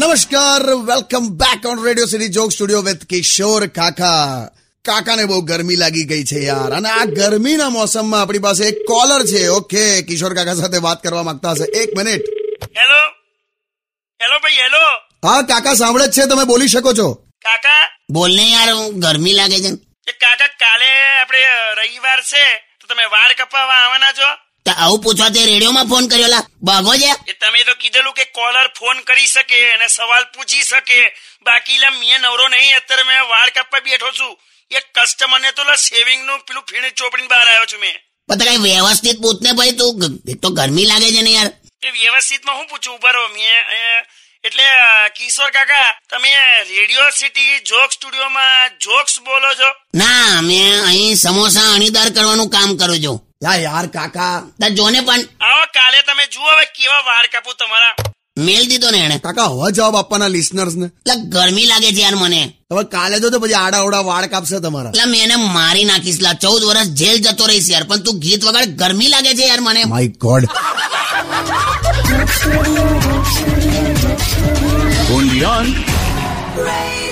નમસ્કાર welcome back on Radio City joke studio with Kishore કાકા કાકાને બહુ ગરમી લાગી ગઈ છે યાર અને આ ગરમીના મોસમમાં આપણી પાસે એક કોલર છે ઓકે કિશોર કાકા સાથે વાત કરવા માંગતા હશે એક મિનિટ હેલો હેલો ભાઈ હેલો હા કાકા સાંભળે જ છે તમે બોલી શકો છો કાકા બોલ ને યાર હું ગરમી લાગે છે એ કાકા કાલે આપણે અ, રવિવાર છે તો તમે વાળ કપાવવા આવવાના છો તો આવું પૂછવા તે રેડિયોમાં ફોન કર્યો લા ભાગો છે એ તમે તો કીધેલું કે કોલર ફોન કરી શકે અને સવાલ પૂછી શકે બાકી લા મેં નવરો નહીં અત્યારે મેં વાળ કાપવા બેઠો છું એક કસ્ટમરને તો લા શેવિંગ નું પેલું ફીણ ચોપડીને બહાર આવ્યો છું મેં પણ તો કઈ વ્યવસ્થિત પૂછ ને ભાઈ તું ગ- એક તો ગરમી લાગે છે ને યાર એ વ્યવસ્થિતમાં હું પૂછું ઉભા રહો મેં અ, એટલે અ, કિશોર કાકા તમે રેડિયો સિટી જોક સ્ટુડિયોમાં જોક્સ બોલો છો ના મેં અહીં સમોસા અણીદાર કરવાનું કામ કરું છું લા યાર કાકા તો જોને પણ આવો કાલે તમે જુઓ હવે કેવા વાળ કાપું તમારા મેલ દીધો ને એણે કાકા હવે જવાબ આપવાના listeners ને એટલે ગરમી લાગે છે યાર મને હવે કાલે જો તો પછી આડા ઓડા વાળ કાપશે તમારા એટલે મેં એને મારી નાખીશ લા ચૌદ વર્ષ જેલ જતો રહીશ યાર પણ તું ગીત વગર ગરમી લાગે છે યાર મને my God only on Radio